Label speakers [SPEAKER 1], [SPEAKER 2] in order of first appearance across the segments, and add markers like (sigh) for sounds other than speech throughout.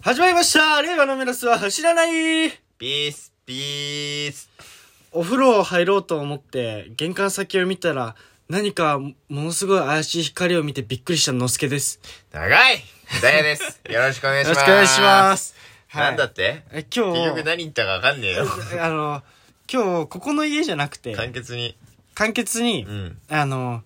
[SPEAKER 1] 始まりました令和のメロスは走らない
[SPEAKER 2] ピース、ピース。
[SPEAKER 1] お風呂を入ろうと思って、玄関先を見たら、何かものすごい怪しい光を見てびっくりしたのすけです。
[SPEAKER 2] 長いダイ
[SPEAKER 1] (laughs)
[SPEAKER 2] ヤです。よろしくお願い
[SPEAKER 1] よ
[SPEAKER 2] し
[SPEAKER 1] ろ
[SPEAKER 2] ます。
[SPEAKER 1] しくお願いします。はい
[SPEAKER 2] なんだって
[SPEAKER 1] え
[SPEAKER 2] 結
[SPEAKER 1] 今
[SPEAKER 2] 局
[SPEAKER 1] 日、
[SPEAKER 2] 何言ったかわかんねえよ。
[SPEAKER 1] (laughs) あの、今日、ここの家じゃなくて、
[SPEAKER 2] 簡潔に。
[SPEAKER 1] 簡潔に、
[SPEAKER 2] うん。
[SPEAKER 1] あの、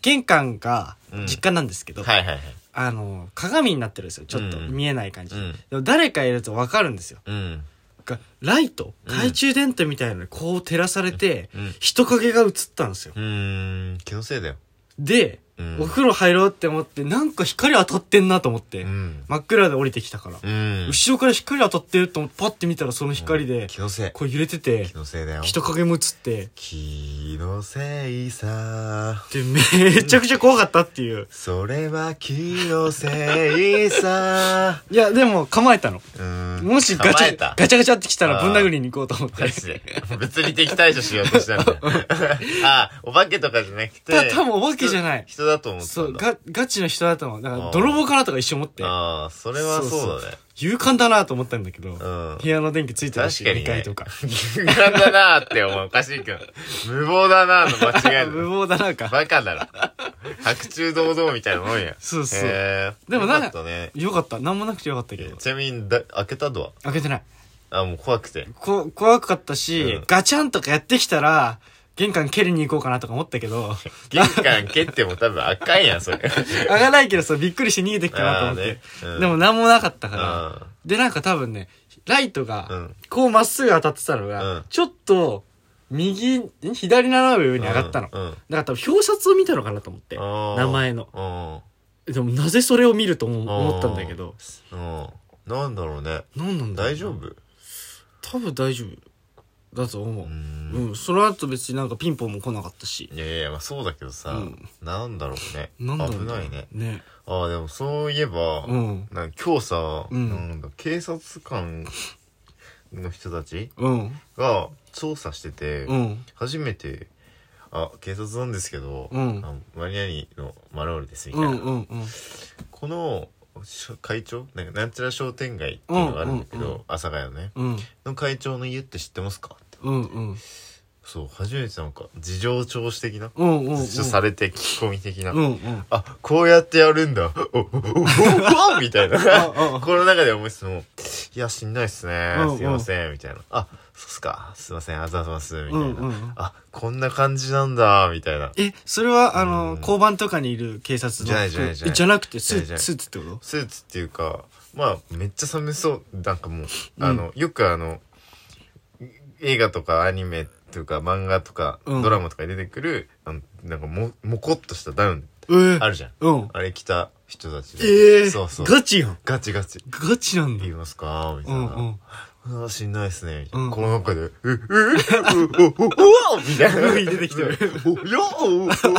[SPEAKER 1] 玄関が
[SPEAKER 2] うん
[SPEAKER 1] 実家なんですけど、
[SPEAKER 2] はいはいはい。
[SPEAKER 1] あの、鏡になってるんですよ。ちょっと
[SPEAKER 2] うん
[SPEAKER 1] 見えない感じ。
[SPEAKER 2] うん
[SPEAKER 1] でも誰かいるとわかるんですよ。
[SPEAKER 2] うん。
[SPEAKER 1] がライト、懐中電灯みたいなのにこう照らされて、
[SPEAKER 2] うん
[SPEAKER 1] 人影が映ったんですよ。
[SPEAKER 2] うーん、気のせいだよ。
[SPEAKER 1] で、
[SPEAKER 2] うん
[SPEAKER 1] お風呂入ろうって思って、なんか光当たってんなと思って、
[SPEAKER 2] うん。
[SPEAKER 1] 真っ暗で降りてきたから、
[SPEAKER 2] うん。
[SPEAKER 1] 後ろから光当たってると思って、パッて見たらその光で、
[SPEAKER 2] 気のせい。
[SPEAKER 1] こう揺れてて
[SPEAKER 2] 気、のせいだよ。
[SPEAKER 1] 人影も映って、
[SPEAKER 2] 気のせいさ。
[SPEAKER 1] で、めちゃくちゃ怖かったっていう。
[SPEAKER 2] それは気のせいさ。
[SPEAKER 1] いや、でも構えたの。
[SPEAKER 2] うん。
[SPEAKER 1] (laughs) もしガチ
[SPEAKER 2] 構え
[SPEAKER 1] ャ、
[SPEAKER 2] た
[SPEAKER 1] ガチャガチャってきたら
[SPEAKER 2] あ
[SPEAKER 1] ぶ
[SPEAKER 2] ー
[SPEAKER 1] ん殴りに行こうと思って
[SPEAKER 2] マ。ジで。物理的対処しようとしたん
[SPEAKER 1] (laughs)
[SPEAKER 2] だよ。あ、お化けとかじゃなくて。
[SPEAKER 1] た多分お化けじゃない
[SPEAKER 2] 人人だと思ってた
[SPEAKER 1] そ
[SPEAKER 2] ん
[SPEAKER 1] う、
[SPEAKER 2] だ。
[SPEAKER 1] ガ、ガチの人だと思う。だか
[SPEAKER 2] あ
[SPEAKER 1] ら、
[SPEAKER 2] ー
[SPEAKER 1] 泥棒かなとか一瞬思って、
[SPEAKER 2] ああ、それはそうだね。
[SPEAKER 1] 勇敢だなと思ったんだけど、
[SPEAKER 2] うん。
[SPEAKER 1] 部屋の電気ついてたし、
[SPEAKER 2] 確かに、ね。
[SPEAKER 1] 2階とか。
[SPEAKER 2] 無駄だなーって思う。おかしいけど。無謀だなーの間違いだ
[SPEAKER 1] (laughs) 無
[SPEAKER 2] な。
[SPEAKER 1] 謀だなか。
[SPEAKER 2] バカだな。白昼堂々みたいなもんや。
[SPEAKER 1] そうそう
[SPEAKER 2] へー
[SPEAKER 1] でもなんか
[SPEAKER 2] よかったね。
[SPEAKER 1] よかった。なんもなくてよかったけ
[SPEAKER 2] え
[SPEAKER 1] ど。
[SPEAKER 2] ちなみにだ、開けたド
[SPEAKER 1] 開けてない。
[SPEAKER 2] ア。あ、もう怖くて。
[SPEAKER 1] こ、怖かったし、
[SPEAKER 2] うん
[SPEAKER 1] ガチャンとかやってきたら、玄関蹴りに行こうかなとか思ったけど、
[SPEAKER 2] (laughs) 玄関蹴っても多分赤いやん、それ。
[SPEAKER 1] (laughs) 上がないけどさ、びっくりして逃げてくかなと思って。
[SPEAKER 2] あーねうん
[SPEAKER 1] でもなんもなかったから。
[SPEAKER 2] あ
[SPEAKER 1] で、なんか多分ね、ライト
[SPEAKER 2] う
[SPEAKER 1] が
[SPEAKER 2] ん、
[SPEAKER 1] こうまっすぐ当たってたのが、
[SPEAKER 2] うん
[SPEAKER 1] ちょっと、右、ん左斜め上に上がったの。
[SPEAKER 2] うんうん
[SPEAKER 1] だから多分表札を見たのかなと思って。
[SPEAKER 2] ー
[SPEAKER 1] 名前の。
[SPEAKER 2] うん。
[SPEAKER 1] でもなぜそれを見るとも思ったんだけど。
[SPEAKER 2] うん。なんだろうね。
[SPEAKER 1] なんなんだろう
[SPEAKER 2] 大丈夫
[SPEAKER 1] 多分大丈夫だと思う。
[SPEAKER 2] うーん
[SPEAKER 1] うん、その後別になんかピンポンも来なかったし。
[SPEAKER 2] いやいや、まあそうだけどさ、
[SPEAKER 1] うん
[SPEAKER 2] なんだろうね。
[SPEAKER 1] なんだろう
[SPEAKER 2] 危ないね。
[SPEAKER 1] ね。
[SPEAKER 2] ああ、でもそういえば、
[SPEAKER 1] うん。
[SPEAKER 2] なんか今日さ、
[SPEAKER 1] うん
[SPEAKER 2] なんだ警察官の人たち
[SPEAKER 1] うん。
[SPEAKER 2] が調査してて、
[SPEAKER 1] うん。
[SPEAKER 2] 初めて、あ、警察なんですけど、
[SPEAKER 1] うん
[SPEAKER 2] あマリアニのマロールですみた
[SPEAKER 1] う
[SPEAKER 2] い
[SPEAKER 1] ん
[SPEAKER 2] な。
[SPEAKER 1] うんうん。
[SPEAKER 2] このしょ会長なんかなんちゃら商店街っていうのがあるんだけど、
[SPEAKER 1] うんうんうん
[SPEAKER 2] 阿佐ヶ谷のね。
[SPEAKER 1] うん。
[SPEAKER 2] の会長の家って知ってますかって
[SPEAKER 1] うんうん。
[SPEAKER 2] そう、初めてなんか事情聴取的な、
[SPEAKER 1] うんうん。
[SPEAKER 2] ちょっとされて聞き込み的な。
[SPEAKER 1] うんうん。
[SPEAKER 2] あ、こうやってやるんだ。お、お、お、お、おみたいな。
[SPEAKER 1] ああ
[SPEAKER 2] この中で思いつつも、いや、しんどいっすね
[SPEAKER 1] うんうん。
[SPEAKER 2] すいません。みたいな。あ、そうっすか。すいません。あざあざます。みた
[SPEAKER 1] うん
[SPEAKER 2] い
[SPEAKER 1] うんう
[SPEAKER 2] な。
[SPEAKER 1] ん。
[SPEAKER 2] あ、こんな感じなんだ。みたいな。
[SPEAKER 1] え、それは、あの、
[SPEAKER 2] うん
[SPEAKER 1] 交番とかにいる警察の。
[SPEAKER 2] じゃないじゃないじゃない
[SPEAKER 1] えじゃなくて、ス
[SPEAKER 2] じゃないじ
[SPEAKER 1] ー
[SPEAKER 2] ゃない
[SPEAKER 1] ツ、スーツってこと
[SPEAKER 2] スーツっていうか、まあ、めっちゃ寒そう。なんかもう、
[SPEAKER 1] うん
[SPEAKER 2] あの、よくあの、映画とかアニメとか漫画とか
[SPEAKER 1] うん
[SPEAKER 2] ドラマとかに出てくる、あのなんかも、もこっとしたダウン
[SPEAKER 1] ええ
[SPEAKER 2] あるじゃん。
[SPEAKER 1] うん。
[SPEAKER 2] あれ着た人たち
[SPEAKER 1] え
[SPEAKER 2] で。
[SPEAKER 1] え
[SPEAKER 2] そうそう。
[SPEAKER 1] ガチやん。
[SPEAKER 2] ガチガチ。
[SPEAKER 1] ガチなんだ
[SPEAKER 2] 言い。ますかみた
[SPEAKER 1] う
[SPEAKER 2] い
[SPEAKER 1] ん
[SPEAKER 2] な。 (laughs)
[SPEAKER 1] うん。
[SPEAKER 2] ああ、しんどいっすね。みたい
[SPEAKER 1] うん
[SPEAKER 2] なこの中で、う、う、う、う、う、う、おみたいな。
[SPEAKER 1] 出てきてる。
[SPEAKER 2] お、よ、お、お、みたい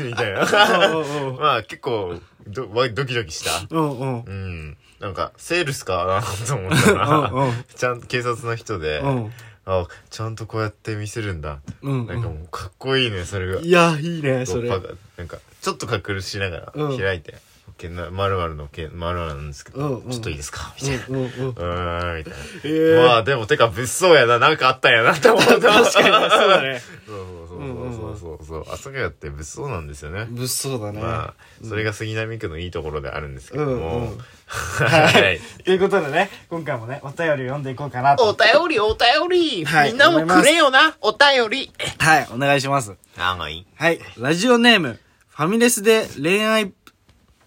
[SPEAKER 1] (laughs) うん
[SPEAKER 2] な。
[SPEAKER 1] うん
[SPEAKER 2] まあ、結構、ど、わドキドキした。
[SPEAKER 1] うん
[SPEAKER 2] (laughs)
[SPEAKER 1] うん
[SPEAKER 2] うん。なんか、セールスかなと思った
[SPEAKER 1] うん
[SPEAKER 2] ら、
[SPEAKER 1] うん
[SPEAKER 2] ちゃん、警察の人で、
[SPEAKER 1] うん
[SPEAKER 2] あ、ちゃんとこうやって見せるんだ。
[SPEAKER 1] うん
[SPEAKER 2] なんか
[SPEAKER 1] う
[SPEAKER 2] もう、かっこいいね、それが
[SPEAKER 1] ん。。いや、いいね、それ。
[SPEAKER 2] パカなんか、ちょっと隠しな
[SPEAKER 1] う
[SPEAKER 2] がら
[SPEAKER 1] ん、
[SPEAKER 2] 開いて、けなまるまるのけ、まるまるなんですけ
[SPEAKER 1] うん
[SPEAKER 2] ど
[SPEAKER 1] う、ん
[SPEAKER 2] ちょっといいですかみたいな。
[SPEAKER 1] うんうん (laughs) うん。
[SPEAKER 2] うーん、みたいな。
[SPEAKER 1] ええ。
[SPEAKER 2] まあでもてか物騒やな、なんかあったんやなって思った。
[SPEAKER 1] (laughs)
[SPEAKER 2] 確
[SPEAKER 1] 確かに、そうだ。ね。
[SPEAKER 2] そうそうそうそうそう。阿佐ヶ谷って物騒なんですよね。
[SPEAKER 1] 物騒だね。
[SPEAKER 2] まあ、それが杉並区のいいところであるんですけど
[SPEAKER 1] うんう
[SPEAKER 2] も
[SPEAKER 1] ん。
[SPEAKER 2] はい。
[SPEAKER 1] ということでね、今回もね、お便りを読んでいこうかな
[SPEAKER 2] お
[SPEAKER 1] と。
[SPEAKER 2] 便り、お便り、
[SPEAKER 1] はい
[SPEAKER 2] みんなもくれよな、お便り。
[SPEAKER 1] はい、お願いします。
[SPEAKER 2] あ、まあいい。
[SPEAKER 1] はい、ラジオネーム、ファミレスで恋愛、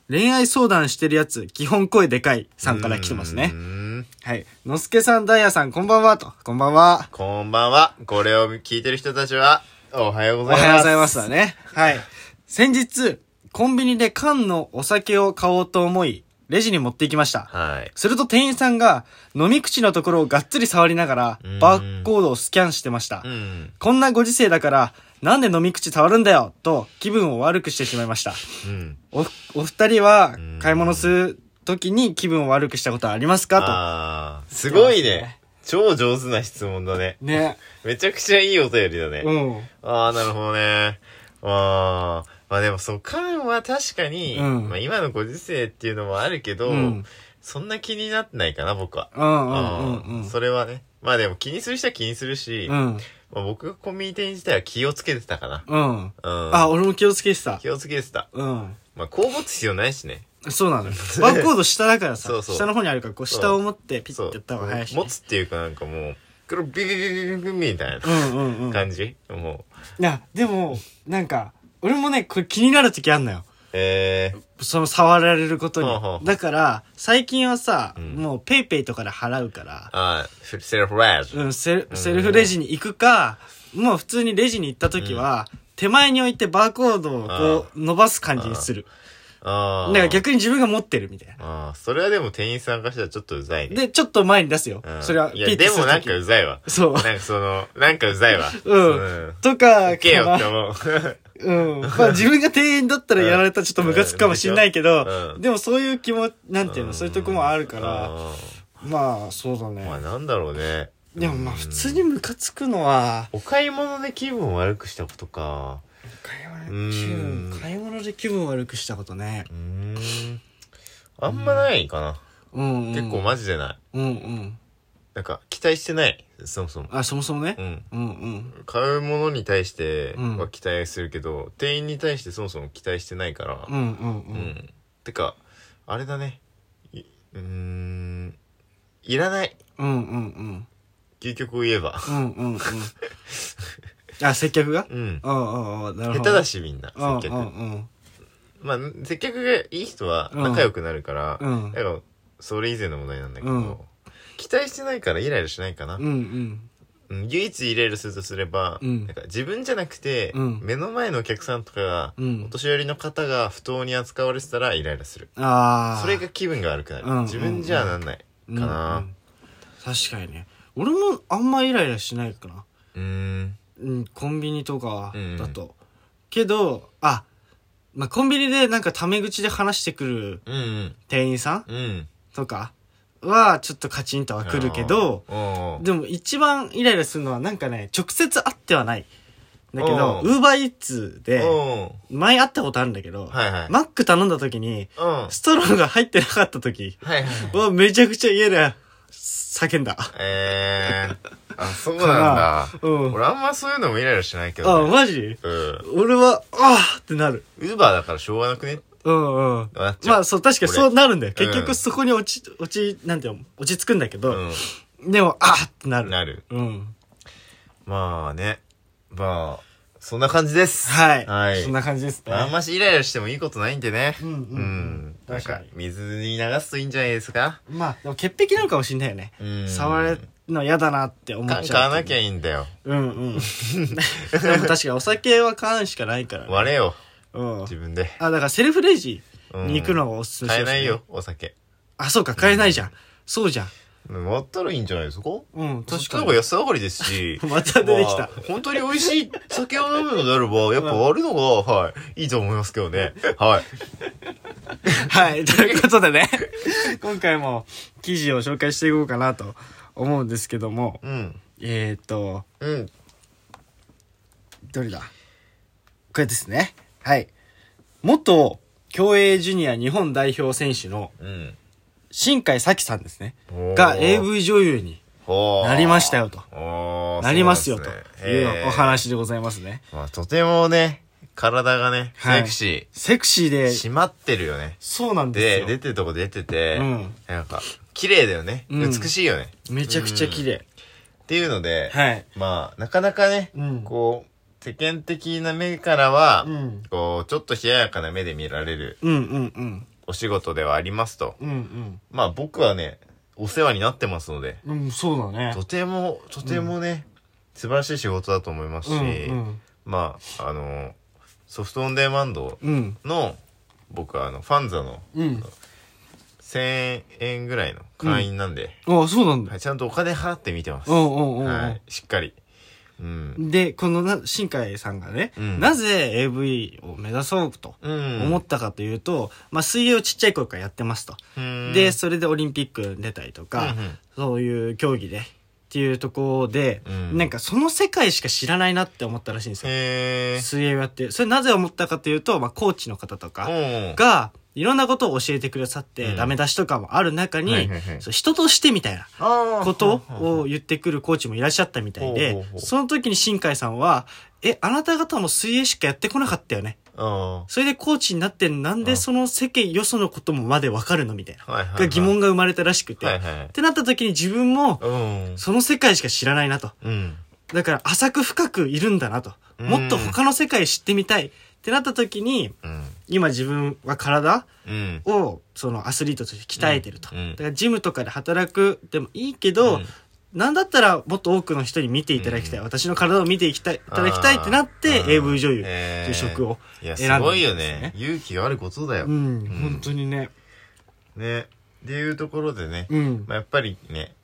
[SPEAKER 1] 恋愛相談してるやつ、基本声でかいさんから来てますね
[SPEAKER 2] う。ーん
[SPEAKER 1] はい、のすけさん、ダイヤさん、こんばんはと。こんばんは。
[SPEAKER 2] こんばんは。これを聞いてる人たちは、おはよう
[SPEAKER 1] お
[SPEAKER 2] ございます。
[SPEAKER 1] はようございますだね。はい。先日、コンビニで缶のお酒を買おうと思い、レジに持って行きました。
[SPEAKER 2] はい。
[SPEAKER 1] すると店員さんが飲み口のところをがっつり触りながら
[SPEAKER 2] うん
[SPEAKER 1] バーコードをスキャンしてました
[SPEAKER 2] う。ん。
[SPEAKER 1] こんなご時世だからなんで飲み口触るんだよと気分を悪くしてしまいました。
[SPEAKER 2] うん。
[SPEAKER 1] お、お二人は
[SPEAKER 2] うん
[SPEAKER 1] 買い物する時に気分を悪くしたことはありますか
[SPEAKER 2] あー、すごいね。超上手な質問だね。
[SPEAKER 1] と。ね。
[SPEAKER 2] めちゃくちゃいいお便りだね。
[SPEAKER 1] うん。
[SPEAKER 2] ああ、なるほどね。ああ。まあでも、そう、缶は確かに、
[SPEAKER 1] うん
[SPEAKER 2] まあ今のご時世っていうのもあるけど、
[SPEAKER 1] うん
[SPEAKER 2] そんな気になってないかな、僕は。
[SPEAKER 1] うんうんうんうん。
[SPEAKER 2] それはね。まあでも気にする人は気にするし、
[SPEAKER 1] うん。
[SPEAKER 2] まあ、僕がコンビニ店員自体は気をつけてたかな。
[SPEAKER 1] うん。
[SPEAKER 2] うん。
[SPEAKER 1] あ、俺も気をつけてた。
[SPEAKER 2] 気をつけてた。
[SPEAKER 1] うん。
[SPEAKER 2] まあ、こう持つ必要ないしね。
[SPEAKER 1] そう
[SPEAKER 2] (laughs)
[SPEAKER 1] なのよ。バーコード下だから
[SPEAKER 2] そ
[SPEAKER 1] さ、
[SPEAKER 2] うそう
[SPEAKER 1] 下の方にあるから、こう下を持ってピ
[SPEAKER 2] そ
[SPEAKER 1] ッてやった方が早いし、ね。
[SPEAKER 2] 持つっていうかなんかもう、黒ビビビビビビビみたい
[SPEAKER 1] うんうんうん。
[SPEAKER 2] な感じ、もう、
[SPEAKER 1] いや、でも、なんか、俺もね、これ気になる時あんのよ。
[SPEAKER 2] え
[SPEAKER 1] その触られることに。
[SPEAKER 2] はあはあ
[SPEAKER 1] だから、最近はさ、
[SPEAKER 2] ん
[SPEAKER 1] もうペイペイとかで払うから
[SPEAKER 2] ー、、あーフセルフラージュ。
[SPEAKER 1] うん、セルセルフレジに行くか、もう普通にレジに行った時は、手前に置いてバーコードをこう伸ばす感じにする。
[SPEAKER 2] あ
[SPEAKER 1] だ
[SPEAKER 2] あ。
[SPEAKER 1] から逆に自分が持ってるみたいな。
[SPEAKER 2] ああ、それはでも店員さんからしたらちょっとうざいね。
[SPEAKER 1] で、ちょっと前に出すよ。
[SPEAKER 2] うん、
[SPEAKER 1] それはピッ
[SPEAKER 2] いや、
[SPEAKER 1] て
[SPEAKER 2] です
[SPEAKER 1] る
[SPEAKER 2] もなん
[SPEAKER 1] 時
[SPEAKER 2] かうざいわ。
[SPEAKER 1] そう
[SPEAKER 2] なん。かその、なんかうざいわ。
[SPEAKER 1] うん
[SPEAKER 2] う
[SPEAKER 1] とか、
[SPEAKER 2] いけよ
[SPEAKER 1] か
[SPEAKER 2] って
[SPEAKER 1] な (laughs)
[SPEAKER 2] 思う。
[SPEAKER 1] うん。まあ自分が店員だったらやられたらちょっとムカつくかもしんないけど、
[SPEAKER 2] うん
[SPEAKER 1] でもそういう気も、なんていうの、そういうとこもあるから、
[SPEAKER 2] あ
[SPEAKER 1] まあそうだ
[SPEAKER 2] ーまあ
[SPEAKER 1] ね。
[SPEAKER 2] なんだろうね。
[SPEAKER 1] でもまあ普通にムカつくのは、
[SPEAKER 2] お買い物で気分を悪くしたことか。
[SPEAKER 1] 買い物
[SPEAKER 2] うん
[SPEAKER 1] 気分買い物で気分悪くしたことね。
[SPEAKER 2] うーん。あんまないかな。
[SPEAKER 1] うん、うん。
[SPEAKER 2] 結構マジでない。
[SPEAKER 1] うんうん。
[SPEAKER 2] なんか、期待してない。そもそも。
[SPEAKER 1] あ、そもそもね
[SPEAKER 2] う。ん。
[SPEAKER 1] うんうん。
[SPEAKER 2] 買うものに対して
[SPEAKER 1] うん
[SPEAKER 2] は期待するけど、店員に対してそもそも期待してないから
[SPEAKER 1] う。んうんう。
[SPEAKER 2] うんん。てか、あれだね。いうーん。いらない。
[SPEAKER 1] うんうんうん。
[SPEAKER 2] 究極を言えば。
[SPEAKER 1] うんうんうん。あ、接客が
[SPEAKER 2] うん。
[SPEAKER 1] ああ、ああ、なる
[SPEAKER 2] 下
[SPEAKER 1] ほど。
[SPEAKER 2] 手だしみんな、
[SPEAKER 1] うん
[SPEAKER 2] 接
[SPEAKER 1] う
[SPEAKER 2] 客。
[SPEAKER 1] ん
[SPEAKER 2] まあ、接客がいい人は
[SPEAKER 1] うん
[SPEAKER 2] 仲良くなるから、
[SPEAKER 1] うん。うん。
[SPEAKER 2] だから、それ以前の問題なんだけ
[SPEAKER 1] う
[SPEAKER 2] ど
[SPEAKER 1] ん、
[SPEAKER 2] 期待してないからイライラしないかな
[SPEAKER 1] うんう。ん。
[SPEAKER 2] うん唯一イライラするとすれば、
[SPEAKER 1] うん
[SPEAKER 2] なんか自分じゃなくて、
[SPEAKER 1] うん
[SPEAKER 2] 目の前のお客さんとかが、
[SPEAKER 1] うん
[SPEAKER 2] お年寄りの方が不当に扱われてたらイライラする。
[SPEAKER 1] ああ。
[SPEAKER 2] それが気分が悪くなる。
[SPEAKER 1] うん
[SPEAKER 2] 自分じゃなんないか
[SPEAKER 1] うん
[SPEAKER 2] な。
[SPEAKER 1] うん確かにね俺もあんまイライラしないかな
[SPEAKER 2] うーん。
[SPEAKER 1] うんコンビニとか
[SPEAKER 2] うん
[SPEAKER 1] だと、けどあまあコンビニでなんかタメ口で話してくる
[SPEAKER 2] うんうん。
[SPEAKER 1] 店員さん
[SPEAKER 2] うん。
[SPEAKER 1] とかはちょっとカチンとはくるけど
[SPEAKER 2] うん、うんうん
[SPEAKER 1] でも一番イライラするのはなんかね直接会ってはないだけど
[SPEAKER 2] う
[SPEAKER 1] ウーバーイーツで前会ったことあるんだけど、
[SPEAKER 2] はいはい。
[SPEAKER 1] マック頼んだ時に
[SPEAKER 2] うん。はい
[SPEAKER 1] ストローが入ってなかった時
[SPEAKER 2] はい。
[SPEAKER 1] はめちゃくちゃ家で叫んだ
[SPEAKER 2] え
[SPEAKER 1] (laughs)
[SPEAKER 2] ー。あ、そうなんだ
[SPEAKER 1] か。うん
[SPEAKER 2] 俺あんまそういうのもイライラしないけ
[SPEAKER 1] あ、
[SPEAKER 2] どね。
[SPEAKER 1] マジ
[SPEAKER 2] うん。
[SPEAKER 1] 俺は、ああってなる。
[SPEAKER 2] ウーバーだからしょうがなくね
[SPEAKER 1] うんうん。
[SPEAKER 2] なっちゃう。
[SPEAKER 1] まあ、そう、確かにそうなるんだよ。
[SPEAKER 2] 俺
[SPEAKER 1] 結局そこに落ち、落ち、なんていうの、落ち着くんだけど、
[SPEAKER 2] う
[SPEAKER 1] でも、ああってなる。
[SPEAKER 2] ん。なる。
[SPEAKER 1] うん。
[SPEAKER 2] まあね。まあ、そんな感じです。
[SPEAKER 1] はい。
[SPEAKER 2] はい
[SPEAKER 1] そん。な感じですね。
[SPEAKER 2] あんましイライラしてもいいことないんでね。
[SPEAKER 1] うんうんうん
[SPEAKER 2] なん
[SPEAKER 1] 確か
[SPEAKER 2] か
[SPEAKER 1] に、
[SPEAKER 2] 水に流すといいんじゃないですか。
[SPEAKER 1] まあ、でも潔癖なのかもしんないよね。
[SPEAKER 2] うん
[SPEAKER 1] 触れるの嫌だなって思っちゃ
[SPEAKER 2] 缶
[SPEAKER 1] う。
[SPEAKER 2] 買わなきゃいいんだよ。
[SPEAKER 1] うん
[SPEAKER 2] (laughs)
[SPEAKER 1] うん。でも確かにお酒は買うしかない
[SPEAKER 2] (laughs)
[SPEAKER 1] からね。
[SPEAKER 2] 割れよ、
[SPEAKER 1] うん。
[SPEAKER 2] 自分で。
[SPEAKER 1] あ、だからセルフレジ
[SPEAKER 2] うん
[SPEAKER 1] に行くのがおすすめ
[SPEAKER 2] 買え
[SPEAKER 1] ですね
[SPEAKER 2] ないよ、。お酒。
[SPEAKER 1] あ、そうか、買えないじゃん。そうじゃん。
[SPEAKER 2] 割ったらいいんじゃないですか
[SPEAKER 1] うん、
[SPEAKER 2] 確
[SPEAKER 1] 確
[SPEAKER 2] か
[SPEAKER 1] か
[SPEAKER 2] に。
[SPEAKER 1] に。
[SPEAKER 2] 安上がりですし
[SPEAKER 1] (laughs) 。また出てき
[SPEAKER 2] ま
[SPEAKER 1] た
[SPEAKER 2] あ。本当に美味しい酒を飲むのであれば、やっぱ割るのが、はい、いいと思いますけどね。はい。
[SPEAKER 1] (laughs) はい、ということでね、 (laughs) 今回も記事を紹介していこうかなと思うんですけども、
[SPEAKER 2] うん。
[SPEAKER 1] えっ、ー、と、
[SPEAKER 2] うん。
[SPEAKER 1] どれだこれですね。はい。元競泳ジュニア日本代表選手の
[SPEAKER 2] うん。
[SPEAKER 1] 新海咲さんですね。
[SPEAKER 2] おー
[SPEAKER 1] が AV 女優になりましたよと。
[SPEAKER 2] よ
[SPEAKER 1] なりますよというお。話でございますね。
[SPEAKER 2] まあ、とてもね、体がね、
[SPEAKER 1] はい
[SPEAKER 2] セクシ
[SPEAKER 1] セクシー
[SPEAKER 2] ー。
[SPEAKER 1] で、
[SPEAKER 2] 締まってるよね。
[SPEAKER 1] そうなんです
[SPEAKER 2] で、
[SPEAKER 1] よ。
[SPEAKER 2] 出てるとこ出てて、
[SPEAKER 1] うん
[SPEAKER 2] なんか、綺麗だよね。
[SPEAKER 1] うん
[SPEAKER 2] 美しいよね。
[SPEAKER 1] めちゃくちゃ綺麗。
[SPEAKER 2] っていうので、
[SPEAKER 1] はい。
[SPEAKER 2] まあ、なかなかね、
[SPEAKER 1] うん
[SPEAKER 2] こう、世間的な目からは、
[SPEAKER 1] うん
[SPEAKER 2] こう、ちょっと冷ややかな目で見られる
[SPEAKER 1] うんうんうん。
[SPEAKER 2] お仕事ではありますと。
[SPEAKER 1] うんうん。
[SPEAKER 2] まあ、僕はね、お世話になってますので、
[SPEAKER 1] うん、そうだね。
[SPEAKER 2] とても、とてもね、素晴らしい仕事だと思いますし、
[SPEAKER 1] うんうん。
[SPEAKER 2] まあ、あの、ソフトオンデマンド
[SPEAKER 1] うん。
[SPEAKER 2] の、僕はあの、ファンザの
[SPEAKER 1] うん。
[SPEAKER 2] 1000円ぐらいの会員なんで、
[SPEAKER 1] ああ、そうなんだ
[SPEAKER 2] は。い、ちゃんとお金払って見てます。
[SPEAKER 1] うんうんうんうん。
[SPEAKER 2] はい、しっかり。うん。
[SPEAKER 1] で、このな、新海さんがね、
[SPEAKER 2] うん
[SPEAKER 1] なぜ AV を目指そうと
[SPEAKER 2] うん。
[SPEAKER 1] 思ったかというと、まあ、水泳をちっちゃい頃からやってますと。
[SPEAKER 2] うん
[SPEAKER 1] で、それでオリンピックに出たりとか、
[SPEAKER 2] うんうん
[SPEAKER 1] そういう競技で、っていうところで、
[SPEAKER 2] うん
[SPEAKER 1] なんかその世界しか知らないなって思ったらしいんですよ。
[SPEAKER 2] へえ。
[SPEAKER 1] 水泳をやって。それなぜ思ったかというと、まあ、コーチの方とか
[SPEAKER 2] うん。
[SPEAKER 1] が、いろんなことを教えてくださって、
[SPEAKER 2] うん
[SPEAKER 1] ダメ出しとかもある中に、
[SPEAKER 2] はいはいはい
[SPEAKER 1] そう人としてみたいな
[SPEAKER 2] あー
[SPEAKER 1] ことを言ってくるコーチもいらっしゃったみたい
[SPEAKER 2] ほう
[SPEAKER 1] で
[SPEAKER 2] ほうほ、う
[SPEAKER 1] その時に新海さんは、え、あなた方も水泳しかやってこなかったよね。
[SPEAKER 2] あ
[SPEAKER 1] それでコーチになってなんでその世間よそのこともまでわかるのみたいな。
[SPEAKER 2] ーはいはいはい
[SPEAKER 1] が疑問が生まれたらしくて。
[SPEAKER 2] はい
[SPEAKER 1] っ
[SPEAKER 2] はい
[SPEAKER 1] てなった時に自分も、
[SPEAKER 2] うん
[SPEAKER 1] その世界しか知らないなと。
[SPEAKER 2] うん
[SPEAKER 1] だから浅く深くいるんだなと。
[SPEAKER 2] うん
[SPEAKER 1] もっと他の世界知ってみたい。ってなった時に、
[SPEAKER 2] うん
[SPEAKER 1] 今自分は体
[SPEAKER 2] うん
[SPEAKER 1] をそのアスリートとして鍛えてると。
[SPEAKER 2] うんうん
[SPEAKER 1] だからジムとかで働くでもいいけど、
[SPEAKER 2] うん
[SPEAKER 1] なんだったらもっと多くの人に見ていただきたい。私の体を見ていきたい、いただきたいってなって
[SPEAKER 2] あ、ー
[SPEAKER 1] AV 女優と
[SPEAKER 2] えー
[SPEAKER 1] いう職を
[SPEAKER 2] いやす
[SPEAKER 1] 選んだんですね。
[SPEAKER 2] ごいよね勇気があることだよ、
[SPEAKER 1] うん、本当にね。
[SPEAKER 2] ねっていうところでね、
[SPEAKER 1] うん。
[SPEAKER 2] まあ、やっぱりね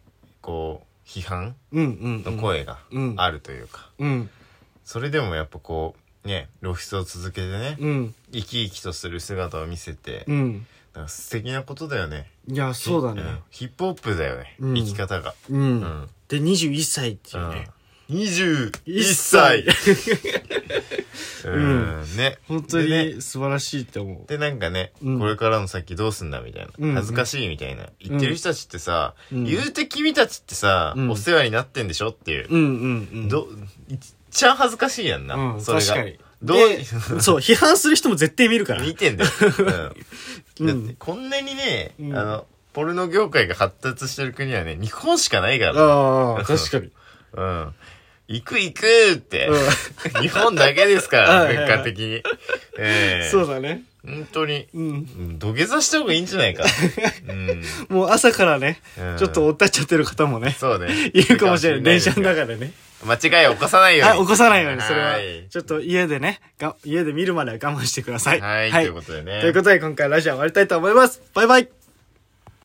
[SPEAKER 2] こう批判
[SPEAKER 1] うんうんう
[SPEAKER 2] の
[SPEAKER 1] ん。
[SPEAKER 2] 声が
[SPEAKER 1] うん
[SPEAKER 2] あるというか、
[SPEAKER 1] うん。
[SPEAKER 2] それでもやっぱこうね露出を続けてね、
[SPEAKER 1] うん。
[SPEAKER 2] 生き生きとする姿を見せて、
[SPEAKER 1] うん。
[SPEAKER 2] なんか素敵なことだよね
[SPEAKER 1] いや、そうだね。
[SPEAKER 2] んヒップホップだよね、
[SPEAKER 1] うん
[SPEAKER 2] 生き方が
[SPEAKER 1] うん。
[SPEAKER 2] うん、
[SPEAKER 1] で、21歳っていううんね。
[SPEAKER 2] 21歳うん、ね
[SPEAKER 1] 本当に
[SPEAKER 2] で
[SPEAKER 1] ね素晴らしいって思
[SPEAKER 2] でなんかね、
[SPEAKER 1] うん
[SPEAKER 2] これからの先どうすんだみたいな、
[SPEAKER 1] うん
[SPEAKER 2] 恥ずかしいみたいな言ってる人たちってさ、
[SPEAKER 1] うん
[SPEAKER 2] 言うて君たちってさ、
[SPEAKER 1] うん
[SPEAKER 2] お世話になってんでしょっていう、
[SPEAKER 1] う。うんうんうん。
[SPEAKER 2] どいっちゃ恥ずかしいやんな、
[SPEAKER 1] うん、
[SPEAKER 2] それ
[SPEAKER 1] 確
[SPEAKER 2] が
[SPEAKER 1] かに。
[SPEAKER 2] どう
[SPEAKER 1] でそう、批判する人も絶対見るから。
[SPEAKER 2] 見て
[SPEAKER 1] (laughs)
[SPEAKER 2] んだよ、うん
[SPEAKER 1] うん
[SPEAKER 2] だってこんなにね、
[SPEAKER 1] うん
[SPEAKER 2] あのポルノ業界が発達してる国はね日本しかないからね
[SPEAKER 1] ああ、確かに。
[SPEAKER 2] うん行く行くって、
[SPEAKER 1] う
[SPEAKER 2] (laughs) 日本だけですから、
[SPEAKER 1] はいはいは
[SPEAKER 2] 文
[SPEAKER 1] い
[SPEAKER 2] 化的に。ええ
[SPEAKER 1] そうだね。
[SPEAKER 2] 本当に、
[SPEAKER 1] うん。
[SPEAKER 2] うん土下座した方がいいんじ
[SPEAKER 1] (laughs)
[SPEAKER 2] ゃないか。うん
[SPEAKER 1] もう朝からね、
[SPEAKER 2] うん
[SPEAKER 1] ちょっと追ったっちゃってる方もね、
[SPEAKER 2] そうね。
[SPEAKER 1] いるかもしれない。電車の
[SPEAKER 2] だ
[SPEAKER 1] 中でね。
[SPEAKER 2] 間違いを起こさないよう
[SPEAKER 1] は
[SPEAKER 2] に。
[SPEAKER 1] い、起こさないように、それは
[SPEAKER 2] はい。
[SPEAKER 1] ちょっと家でね、が家で見るまでは我慢してください。
[SPEAKER 2] はい、ということでね。
[SPEAKER 1] ということで今回ラジオ終わりたいと思います。バイバイ